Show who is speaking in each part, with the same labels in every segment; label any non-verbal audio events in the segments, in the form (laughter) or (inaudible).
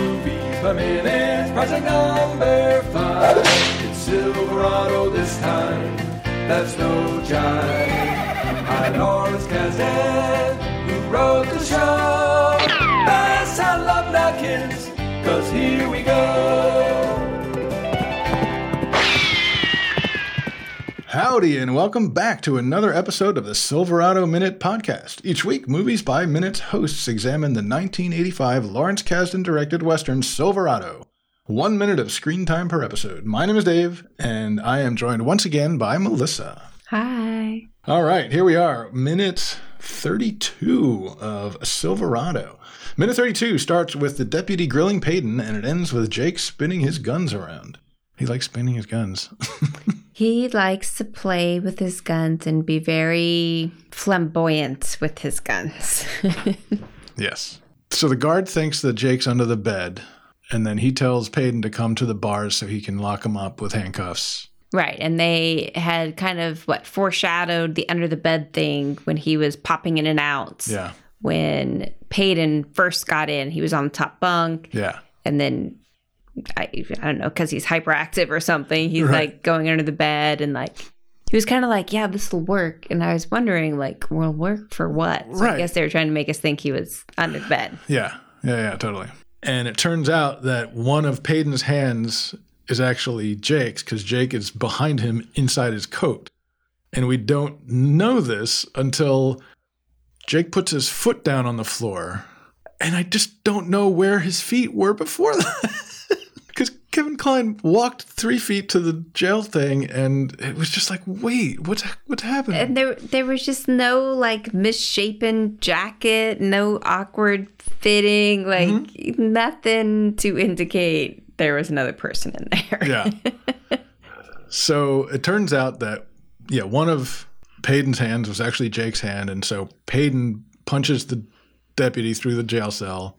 Speaker 1: per minute, project number five. It's Silverado this time, that's no jive. By Lawrence Kasdan, who wrote the show. Pass out love knockings, cause here we go.
Speaker 2: Howdy, and welcome back to another episode of the Silverado Minute Podcast. Each week, Movies by Minutes hosts examine the 1985 Lawrence Kasdan directed Western Silverado. One minute of screen time per episode. My name is Dave, and I am joined once again by Melissa.
Speaker 3: Hi.
Speaker 2: All right, here we are, minute 32 of Silverado. Minute 32 starts with the deputy grilling Peyton, and it ends with Jake spinning his guns around. He likes spinning his guns. (laughs)
Speaker 3: He likes to play with his guns and be very flamboyant with his guns. (laughs)
Speaker 2: Yes. So the guard thinks that Jake's under the bed, and then he tells Peyton to come to the bars so he can lock him up with handcuffs.
Speaker 3: right. And they had kind of what foreshadowed the under the bed thing when he was popping in and out.
Speaker 2: Yeah.
Speaker 3: When Peyton first got in, he was on the top bunk.
Speaker 2: Yeah.
Speaker 3: And then I, I don't know, because he's hyperactive or something. He's
Speaker 2: Right.
Speaker 3: like going under the bed and like, he was kind of like, yeah, this will work. And I was wondering, like, will work for what? So
Speaker 2: Right.
Speaker 3: I guess they were trying to make us think he was under the bed.
Speaker 2: Yeah. Yeah. Yeah. Totally. And it turns out that one of Peyton's hands is actually Jake's because Jake is behind him inside his coat. And we don't know this until Jake puts his foot down on the floor. And I just don't know where his feet were before that. (laughs) Because Kevin Klein walked three feet to the jail thing, and it was just like, wait, what's what's happening?
Speaker 3: And there, there was just no like misshapen jacket, no awkward fitting, like
Speaker 2: Mm-hmm.
Speaker 3: nothing to indicate there was another person in there.
Speaker 2: Yeah. so it turns out that yeah, one of Payden's hands was actually Jake's hand, and so Payden punches the deputy through the jail cell,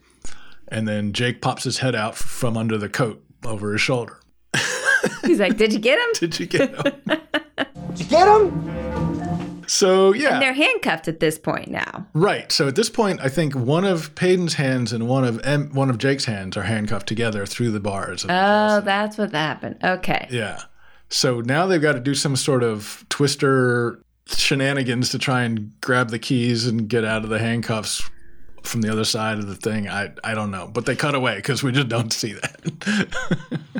Speaker 2: and then Jake pops his head out from under the coat over his shoulder.
Speaker 3: (laughs)
Speaker 2: (laughs)
Speaker 3: He's like, "Did you get him?"
Speaker 2: Did you get him?
Speaker 4: Get him?
Speaker 2: so yeah,
Speaker 3: They're handcuffed at this point now.
Speaker 2: Right. So at this point, I think one of Payden's hands and one of M- one of Jake's hands are handcuffed together through the bars.
Speaker 3: Oh, that's what happened. Okay.
Speaker 2: Yeah. So now they've got to do some sort of twister shenanigans to try and grab the keys and get out of the handcuffs from the other side of the thing. I I don't know, but they cut away because we just don't see that. (laughs)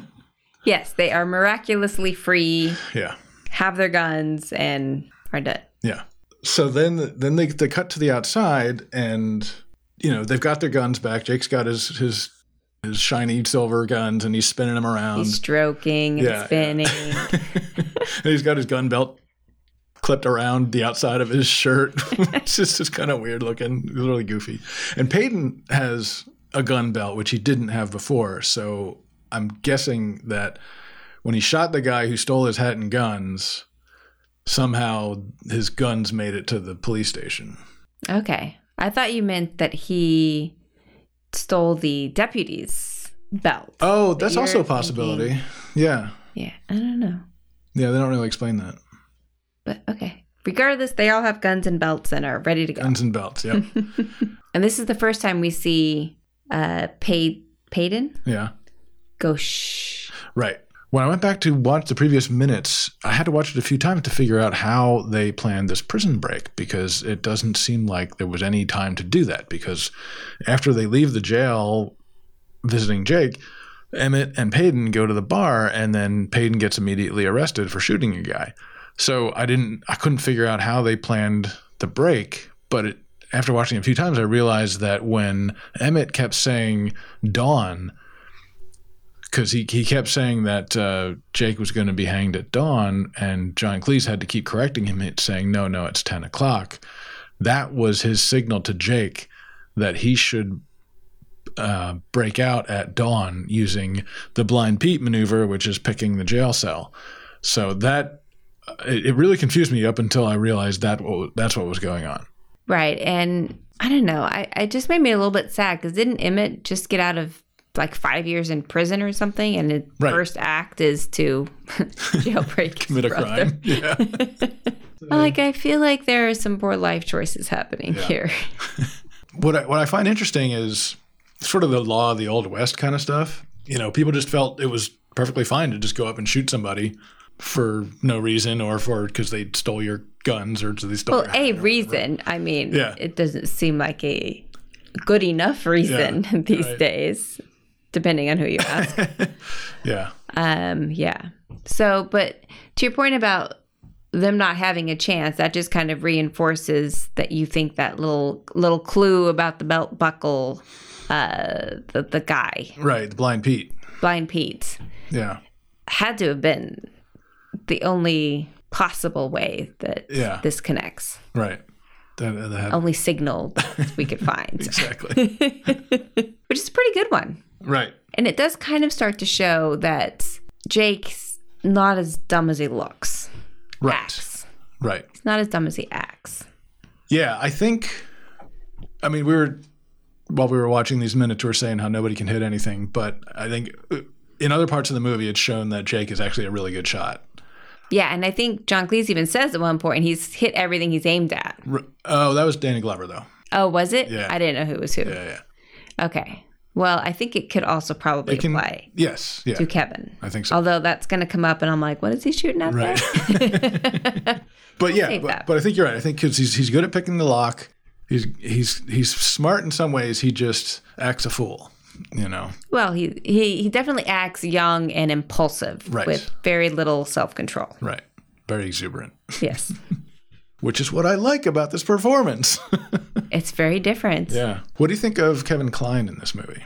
Speaker 3: Yes, they are miraculously free,
Speaker 2: yeah.
Speaker 3: have their guns, and are dead.
Speaker 2: Yeah. So then then they they cut to the outside and you know, they've got their guns back. Jake's got his his his shiny silver guns and he's spinning them around.
Speaker 3: He's stroking and
Speaker 2: Um, Yeah, yeah.
Speaker 3: spinning.
Speaker 2: (laughs) And he's got his gun belt clipped around the outside of his shirt. (laughs) it's just, just kind of weird looking. It's really goofy. And Peyton has a gun belt, which he didn't have before. So I'm guessing that when he shot the guy who stole his hat and guns, somehow his guns made it to the police station.
Speaker 3: Okay. I thought you meant that he stole the deputy's belt.
Speaker 2: Oh, that's
Speaker 3: You're
Speaker 2: also a possibility. Yeah.
Speaker 3: Yeah, I don't know.
Speaker 2: Yeah, they don't really explain that.
Speaker 3: But okay. Regardless, they all have guns and belts and are ready to go.
Speaker 2: Guns and belts. (laughs) Yep.
Speaker 3: And this is the first time we see uh Pay- Payton
Speaker 2: yeah.
Speaker 3: go shh.
Speaker 2: Right. When I went back to watch the previous minutes, I had to watch it a few times to figure out how they planned this prison break because it doesn't seem like there was any time to do that. Because after they leave the jail visiting Jake, Emmett and Payton go to the bar, and then Payton gets immediately arrested for shooting a guy. So I didn't, I couldn't figure out how they planned the break. But it, after watching it a few times, I realized that when Emmett kept saying dawn, because he, he kept saying that uh, Jake was going to be hanged at dawn, and John Cleese had to keep correcting him, saying, No, no, it's 10 o'clock. That was his signal to Jake that he should uh, break out at dawn using the blind Pete maneuver, which is picking the jail cell. So that uh, it, it really confused me up until I realized that what, that's what was going on.
Speaker 3: Right. And I don't know. I, I just made me a little bit sad because didn't Emmett just get out of like five years in prison or something? And his
Speaker 2: Right.
Speaker 3: first act is to (laughs)
Speaker 2: (laughs)
Speaker 3: jailbreak his
Speaker 2: Commit a
Speaker 3: brother.
Speaker 2: crime. Yeah.
Speaker 3: Like I feel like there are some poor life choices
Speaker 2: (laughs)
Speaker 3: happening here.
Speaker 2: what I, what I find interesting is sort of the law of the old west kind of stuff. you know, people just felt it was perfectly fine to just go up and shoot somebody for no reason or for because they stole your guns or they stole
Speaker 3: Well,
Speaker 2: your hat
Speaker 3: a
Speaker 2: or whatever.
Speaker 3: reason. I mean,
Speaker 2: Yeah.
Speaker 3: it doesn't seem like a good enough reason (laughs)
Speaker 2: Yeah,
Speaker 3: these
Speaker 2: right.
Speaker 3: days, depending on who you ask.
Speaker 2: Yeah.
Speaker 3: um, yeah. So, but to your point about them not having a chance, that just kind of reinforces that you think that little little clue about the belt buckle, uh, the, the guy,
Speaker 2: Right. The blind Pete.
Speaker 3: Blind Pete,
Speaker 2: Yeah.
Speaker 3: had to have been the only possible way that
Speaker 2: Yeah.
Speaker 3: this connects,
Speaker 2: Right. That, that had-
Speaker 3: only signal that we could find.
Speaker 2: (laughs) Exactly.
Speaker 3: which is a pretty good one.
Speaker 2: right.
Speaker 3: And it does kind of start to show that Jake's not as dumb as he looks.
Speaker 2: Right.
Speaker 3: Acts.
Speaker 2: Right.
Speaker 3: He's not as dumb as he acts.
Speaker 2: Yeah, I think. I mean, we were while we were watching these minutes, we were saying how nobody can hit anything, but I think uh, in other parts of the movie, it's shown that Jake is actually a really good shot.
Speaker 3: Yeah, and I think John Cleese even says at one point he's hit everything he's aimed at.
Speaker 2: R- Oh, that was Danny Glover, though.
Speaker 3: Oh, was it?
Speaker 2: Yeah.
Speaker 3: I didn't know who was who.
Speaker 2: Yeah, yeah.
Speaker 3: Okay. Well, I think it could also probably
Speaker 2: It can-
Speaker 3: apply
Speaker 2: Yes, yeah.
Speaker 3: to Kevin.
Speaker 2: I think so.
Speaker 3: Although that's going to come up, and I'm like, what is he shooting at
Speaker 2: Right.
Speaker 3: there?
Speaker 2: (laughs)
Speaker 3: (laughs)
Speaker 2: but yeah,
Speaker 3: take
Speaker 2: but,
Speaker 3: that.
Speaker 2: but I think you're right. I think because he's he's good at picking the lock. He's he's he's smart in some ways. He just acts a fool, you know.
Speaker 3: Well, he, he he definitely acts young and impulsive
Speaker 2: Right.
Speaker 3: with very little
Speaker 2: (laughs)
Speaker 3: self control.
Speaker 2: Right. Very exuberant,
Speaker 3: Yes.
Speaker 2: which is what I like about this performance. (laughs)
Speaker 3: it's very different.
Speaker 2: yeah. What do you think of Kevin Klein in this movie?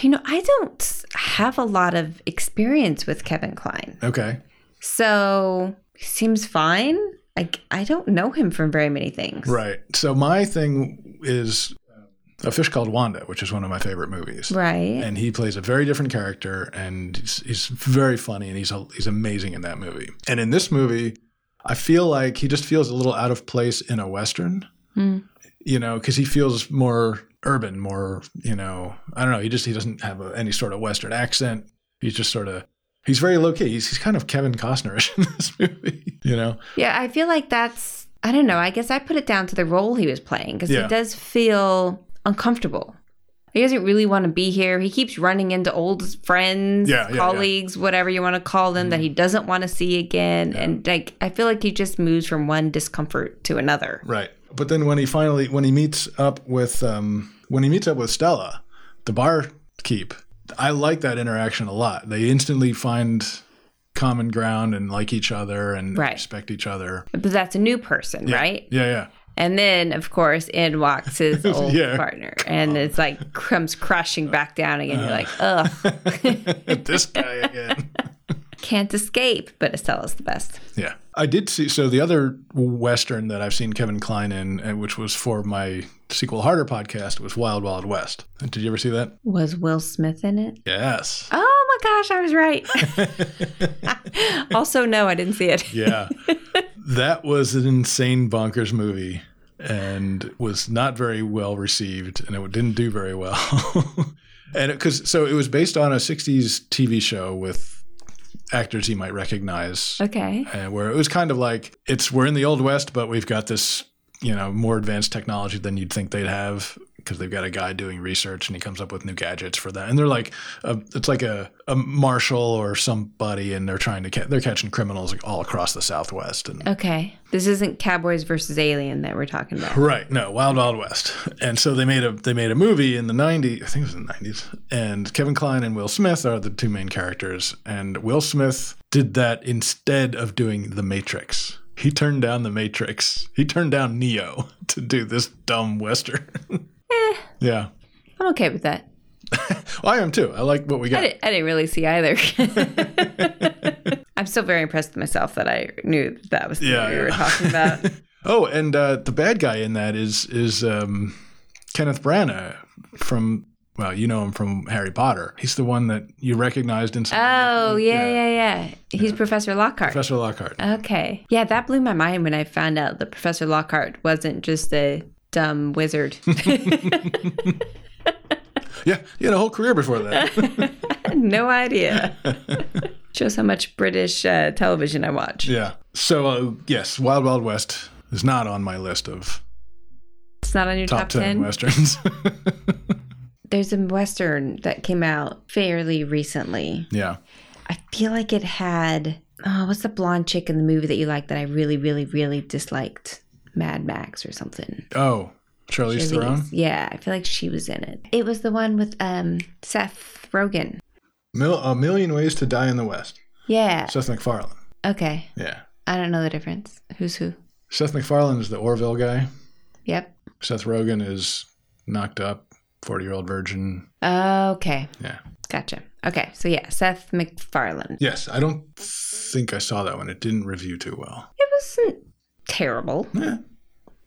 Speaker 3: You know, I don't have a lot of experience with Kevin Klein.
Speaker 2: Okay.
Speaker 3: So he seems fine. I, I don't know him from very many things.
Speaker 2: Right. So my thing is a fish called Wanda, which is one of my favorite movies.
Speaker 3: Right.
Speaker 2: And he plays a very different character, and he's, he's very funny, and he's a, he's amazing in that movie. And in this movie, I feel like he just feels a little out of place in a western, you know, because he feels more urban, more you know, I don't know. He just he doesn't have a, any sort of western accent. He's just sort of he's very low key. He's, he's kind of Kevin Costnerish (laughs) in this movie, you know.
Speaker 3: yeah, I feel like that's, I don't know. I guess I put it down to the role he was playing because
Speaker 2: Yeah.
Speaker 3: it does feel uncomfortable. He doesn't really want to be here. He keeps running into old friends,
Speaker 2: Yeah, Mm-hmm. yeah, yeah.
Speaker 3: colleagues, whatever you want to call them, that he doesn't want to see again. And like, I feel like he just moves from one discomfort to another.
Speaker 2: Right. But then when he finally when he meets up with um when he meets up with Stella, the barkeep, I like that interaction a lot. They instantly find common ground and like each other and
Speaker 3: Right.
Speaker 2: respect each other.
Speaker 3: But that's a new person, right?
Speaker 2: Yeah, yeah.
Speaker 3: And then, of course, in walks his
Speaker 2: (laughs)
Speaker 3: old
Speaker 2: Yeah.
Speaker 3: partner, and it's like comes crashing back down again. You're like,
Speaker 2: Uh-huh.
Speaker 3: ugh,
Speaker 2: (laughs) this guy again.
Speaker 3: can't escape. But Estella's the best.
Speaker 2: Yeah. I did see so the other western that I've seen Kevin Klein in and which was for my sequel harder podcast was Wild Wild West. Did you ever see that?
Speaker 3: Was Will Smith in it?
Speaker 2: Yes.
Speaker 3: Oh my gosh, I was (laughs) right. also, no, I didn't see it.
Speaker 2: Yeah. that was an insane bonkers movie and was not very well received and it didn't do very well. (laughs) and it, cuz so it was based on a 60s TV show with actors you might recognize
Speaker 3: Okay.
Speaker 2: and Uh, where it was kind of like it's we're in the old west but we've got this, you know, more advanced technology than you'd think they'd have because they've got a guy doing research and he comes up with new gadgets for that. And they're like a, it's like a, a marshal or somebody and they're trying to ca- they're catching criminals like all across the southwest and
Speaker 3: Okay. This isn't Cowboys versus Alien that we're talking about.
Speaker 2: Right. No, Wild Wild West. And so they made a they made a movie in the 90s, I think it was in the 90s. And Kevin Kline and Will Smith are the two main characters and Will Smith did that instead of doing The Matrix. He turned down The Matrix. He turned down Neo (laughs) to do this dumb western. (laughs)
Speaker 3: Eh.
Speaker 2: Yeah.
Speaker 3: I'm okay with that.
Speaker 2: Well, I am too. I like what we
Speaker 3: I
Speaker 2: got.
Speaker 3: didn't, I didn't really see either. (laughs) I'm still very impressed with myself that I knew that was the
Speaker 2: Yeah,
Speaker 3: movie we were
Speaker 2: yeah.
Speaker 3: talking about.
Speaker 2: (laughs) Oh, and uh, the bad guy in that is is um, Kenneth Branagh from well, you know him from Harry Potter. He's the one that you recognized in some
Speaker 3: Oh yeah, yeah, yeah. He's Professor Lockhart.
Speaker 2: Professor Lockhart.
Speaker 3: okay, yeah, that blew my mind when I found out that Professor Lockhart wasn't just a dumb
Speaker 2: (laughs)
Speaker 3: wizard.
Speaker 2: Yeah, he had a whole career before (laughs) that.
Speaker 3: (laughs)
Speaker 2: (laughs)
Speaker 3: no idea. Shows how much British uh, television I watch.
Speaker 2: yeah. So uh, yes, Wild Wild West is not on my list of
Speaker 3: It's not on your
Speaker 2: top,
Speaker 3: top,
Speaker 2: ten
Speaker 3: ten.
Speaker 2: westerns.
Speaker 3: There's a western that came out fairly recently.
Speaker 2: (laughs) Yeah.
Speaker 3: I feel like it had oh, what's the blonde chick in the movie that you like that I really, really, really disliked? Mad Max or something.
Speaker 2: Oh, Charlize Theron?
Speaker 3: Charlize. Yeah, I feel like she was in it. It was the one with um Seth Rogen.
Speaker 2: Mil- a Million Ways to Die in the West.
Speaker 3: Yeah.
Speaker 2: Seth MacFarlane.
Speaker 3: Okay.
Speaker 2: Yeah.
Speaker 3: I don't know the difference. Who's who?
Speaker 2: Seth MacFarlane is the Orville guy.
Speaker 3: Yep.
Speaker 2: Seth Rogen is knocked up, 40 year old virgin.
Speaker 3: Okay.
Speaker 2: Yeah.
Speaker 3: Gotcha. Okay. So yeah, Seth MacFarlane.
Speaker 2: Yes, I don't think I saw that one. It didn't review too well.
Speaker 3: It wasn't terrible.
Speaker 2: Yeah.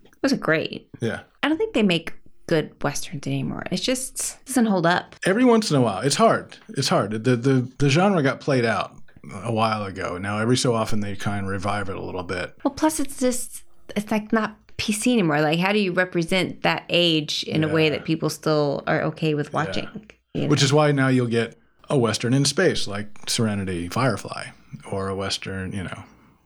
Speaker 3: It wasn't great.
Speaker 2: Yeah.
Speaker 3: I don't think they make good westerns anymore. It just doesn't hold up.
Speaker 2: Every once in a while, it's hard. It's hard. The, the, the genre got played out a while ago. Now, every so often, they kind of revive it a little bit.
Speaker 3: Well, plus it's just it's like not PC anymore. Like, how do you represent that age in a way
Speaker 2: Yeah.
Speaker 3: that people still are okay with watching? you know?
Speaker 2: Which is why now you'll get a Western in space like Serenity Firefly or a Western, you know,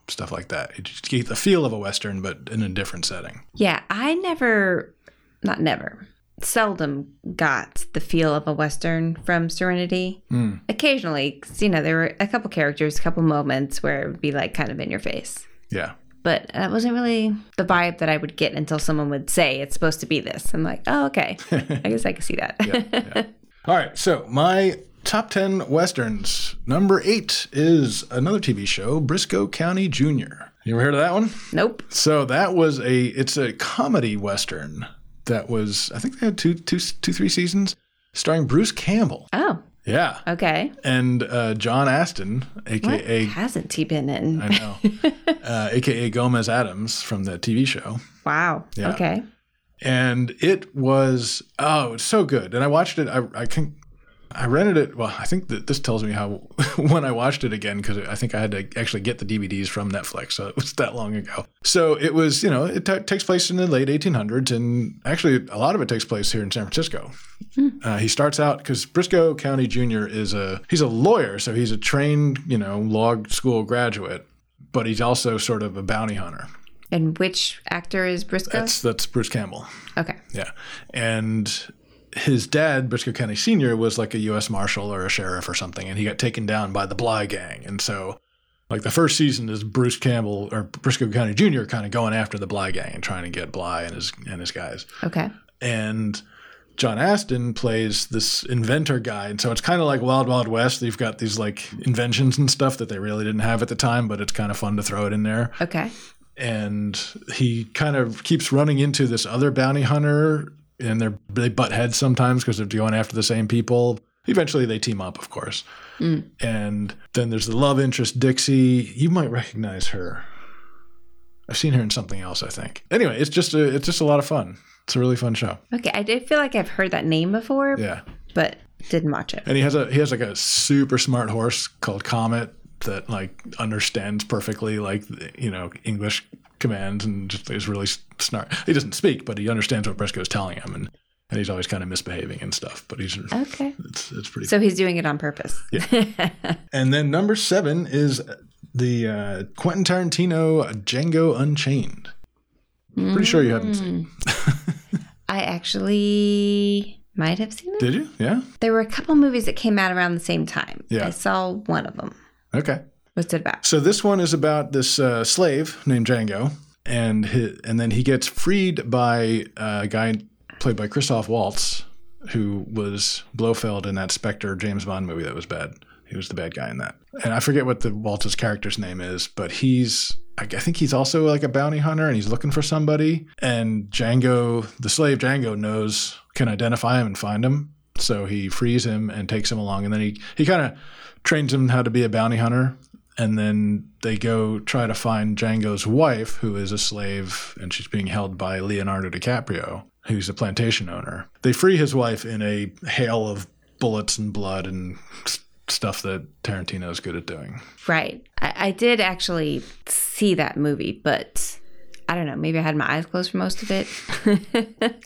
Speaker 2: stuff like that. You just get the feel of a Western, but in a different setting.
Speaker 3: yeah, I never, not never, seldom got the feel of a western from Serenity.
Speaker 2: Hmm.
Speaker 3: Occasionally, 'cause, you know, there were a couple characters, a couple moments where it would be like kind of in your face.
Speaker 2: Yeah.
Speaker 3: But that wasn't really the vibe that I would get until someone would say it's supposed to be this. I'm like, oh, okay. I guess I can see that.
Speaker 2: All right. So, my top 10 Westerns. Number eight is another TV show, Briscoe County Jr. You ever heard of that one?
Speaker 3: (laughs) nope.
Speaker 2: So that was a it's a comedy western that was I think they had two two two three seasons starring Bruce Campbell.
Speaker 3: Oh,
Speaker 2: Yeah.
Speaker 3: okay.
Speaker 2: And uh, John Aston,
Speaker 3: What
Speaker 2: aka
Speaker 3: hasn't he been in? (laughs)
Speaker 2: I know. uh, AKA Gomez Adams from the TV show.
Speaker 3: Wow.
Speaker 2: Yeah.
Speaker 3: Okay.
Speaker 2: And it was, oh, it's so good. And I watched it, I, I can. I rented it. Well, I think that this tells me how (laughs) when I watched it again because I think I had to actually get the DVDs from Netflix, so it was (laughs) that long ago. So it was, you know, it ta takes place in the late 1800s, and actually a lot of it takes place here in San Francisco. Uh, he starts out because Briscoe County Jr. is a he's a lawyer, so he's a trained, you know, law school graduate, but he's also sort of a bounty hunter.
Speaker 3: And which actor is Briscoe?
Speaker 2: That's that's Bruce Campbell.
Speaker 3: okay.
Speaker 2: Yeah. And his dad, Briscoe County Sr., was like a U.S. Marshal or a sheriff or something, and he got taken down by the Bly Gang. And so, like, the first season is Bruce Campbell or Briscoe County Jr. kind of going after the Bly Gang and trying to get Bly and his, and his guys
Speaker 3: Okay.
Speaker 2: and John Aston plays this inventor guy. And so it's kind of like Wild Wild West. You've got these like inventions and stuff that they really didn't have at the time, but it's kind of fun to throw it in there.
Speaker 3: Okay.
Speaker 2: And he kind of keeps running into this other bounty hunter and they're, they butt heads sometimes because they're going after the same people. Eventually they team up, of course. And then there's the love interest, Dixie. You might recognize her. I've seen her in something else, I think. Anyway, it's just a, it's just a lot of fun. It's a really fun show.
Speaker 3: Okay. I did feel like I've heard that name before,
Speaker 2: Yeah.
Speaker 3: but didn't watch it.
Speaker 2: And he has a he has like a super smart horse called Comet that like understands perfectly like you know English commands and just is really smart. He doesn't speak, but he understands what Briscoe's telling him, and and he's always kind of misbehaving and stuff. But he's
Speaker 3: Okay.
Speaker 2: it's it's pretty.
Speaker 3: So he's doing it on purpose.
Speaker 2: and then number seven is the uh, Quentin Tarantino Django Unchained. Pretty sure you haven't
Speaker 3: Hmm.
Speaker 2: seen.
Speaker 3: I actually might have seen it.
Speaker 2: Did you? Yeah.
Speaker 3: There were a couple movies that came out around the same time.
Speaker 2: Yeah.
Speaker 3: I saw one of them.
Speaker 2: Okay.
Speaker 3: What's it about?
Speaker 2: So this one is about this uh, slave named Django, and hi and then he gets freed by uh, a guy played by Christoph Waltz, who was Blofeld in that Spectre James Bond movie that was bad. He was the bad guy in that, and I forget what the Waltz's character's name is, but he's. I I think he's also like a bounty hunter and he's looking for somebody. And Django, the slave Django, knows, can identify him and find him. So he frees him and takes him along. And then he, he kind of trains him how to be a bounty hunter and then they go try to find Django's wife, who is a slave, and she's being held by Leonardo DiCaprio, who's a plantation owner. They free his wife in a hail of bullets and blood and s- stuff that Tarantino's good at doing.
Speaker 3: Right. I, I did actually see that movie, but I don't know. Maybe I had my eyes closed for most of it.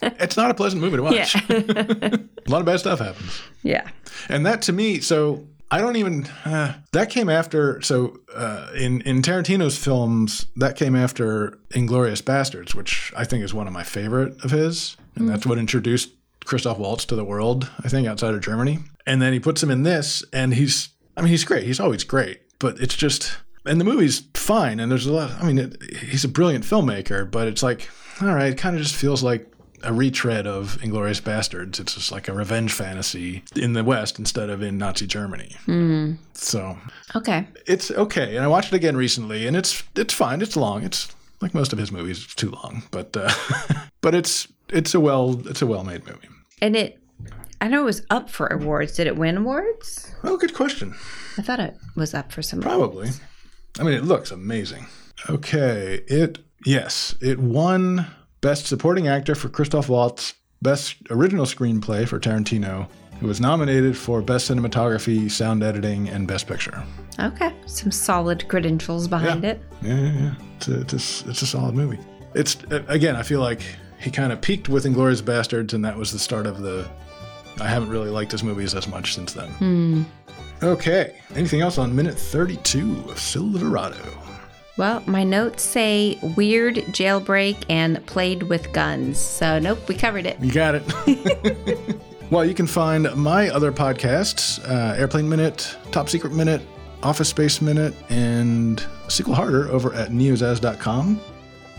Speaker 2: It's not a pleasant movie to watch. a lot of bad stuff happens.
Speaker 3: (laughs) yeah.
Speaker 2: And that to me, so I don't even uh, that came after. So uh, in in Tarantino's films, that came after Inglorious Bastards, which I think is one of my favorite of his, and that's what introduced Christoph Waltz to the world, I think, outside of Germany. And then he puts him in this, and he's, I mean, he's great. He's always great, but it's just, and the movie's fine. And there's a lot, I mean, it, he's a brilliant filmmaker, but it's like, all right, it kind of just feels like a retread of Inglorious Bastards. It's just like a revenge fantasy in the West instead of in Nazi Germany. So
Speaker 3: Okay.
Speaker 2: it's okay. And I watched it again recently, and it's it's fine. It's long. It's like most of his movies. It's too long, but uh, (laughs) but it's it's a well it's a well made movie.
Speaker 3: And it, I know it was up for awards. Did it win awards?
Speaker 2: Oh, good question.
Speaker 3: I thought it was up for some.
Speaker 2: Probably. I mean, it looks amazing. Okay. It yes, it won best supporting actor for Christoph Waltz, best original screenplay for Tarantino. It was nominated for best cinematography, sound editing, and best picture.
Speaker 3: Okay. Some solid credentials behind
Speaker 2: Yeah.
Speaker 3: it.
Speaker 2: Yeah, yeah, yeah. It's a, it's a, it's a solid movie. It's uh, again, I feel like he kind of peaked with Inglorious Bastards, and that was the start of the. I haven't really liked his movies as much since then. Okay. Anything else on minute 32 of Silverado?
Speaker 3: Well, my notes say weird jailbreak and played with guns. So, nope, we covered it.
Speaker 2: You got it. well, you can find my other podcasts uh, Airplane Minute, Top Secret Minute, Office Space Minute, and Sequel Harder over at neozaz.com.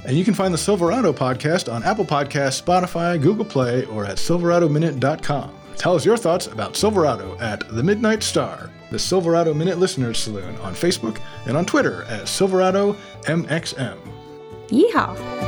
Speaker 2: And you can find the Silverado podcast on Apple Podcasts, Spotify, Google Play, or at silveradominute.com. Tell us your thoughts about Silverado at The Midnight Star, the Silverado Minute Listeners Saloon on Facebook, and on Twitter at Silverado MXM.
Speaker 3: Yeehaw.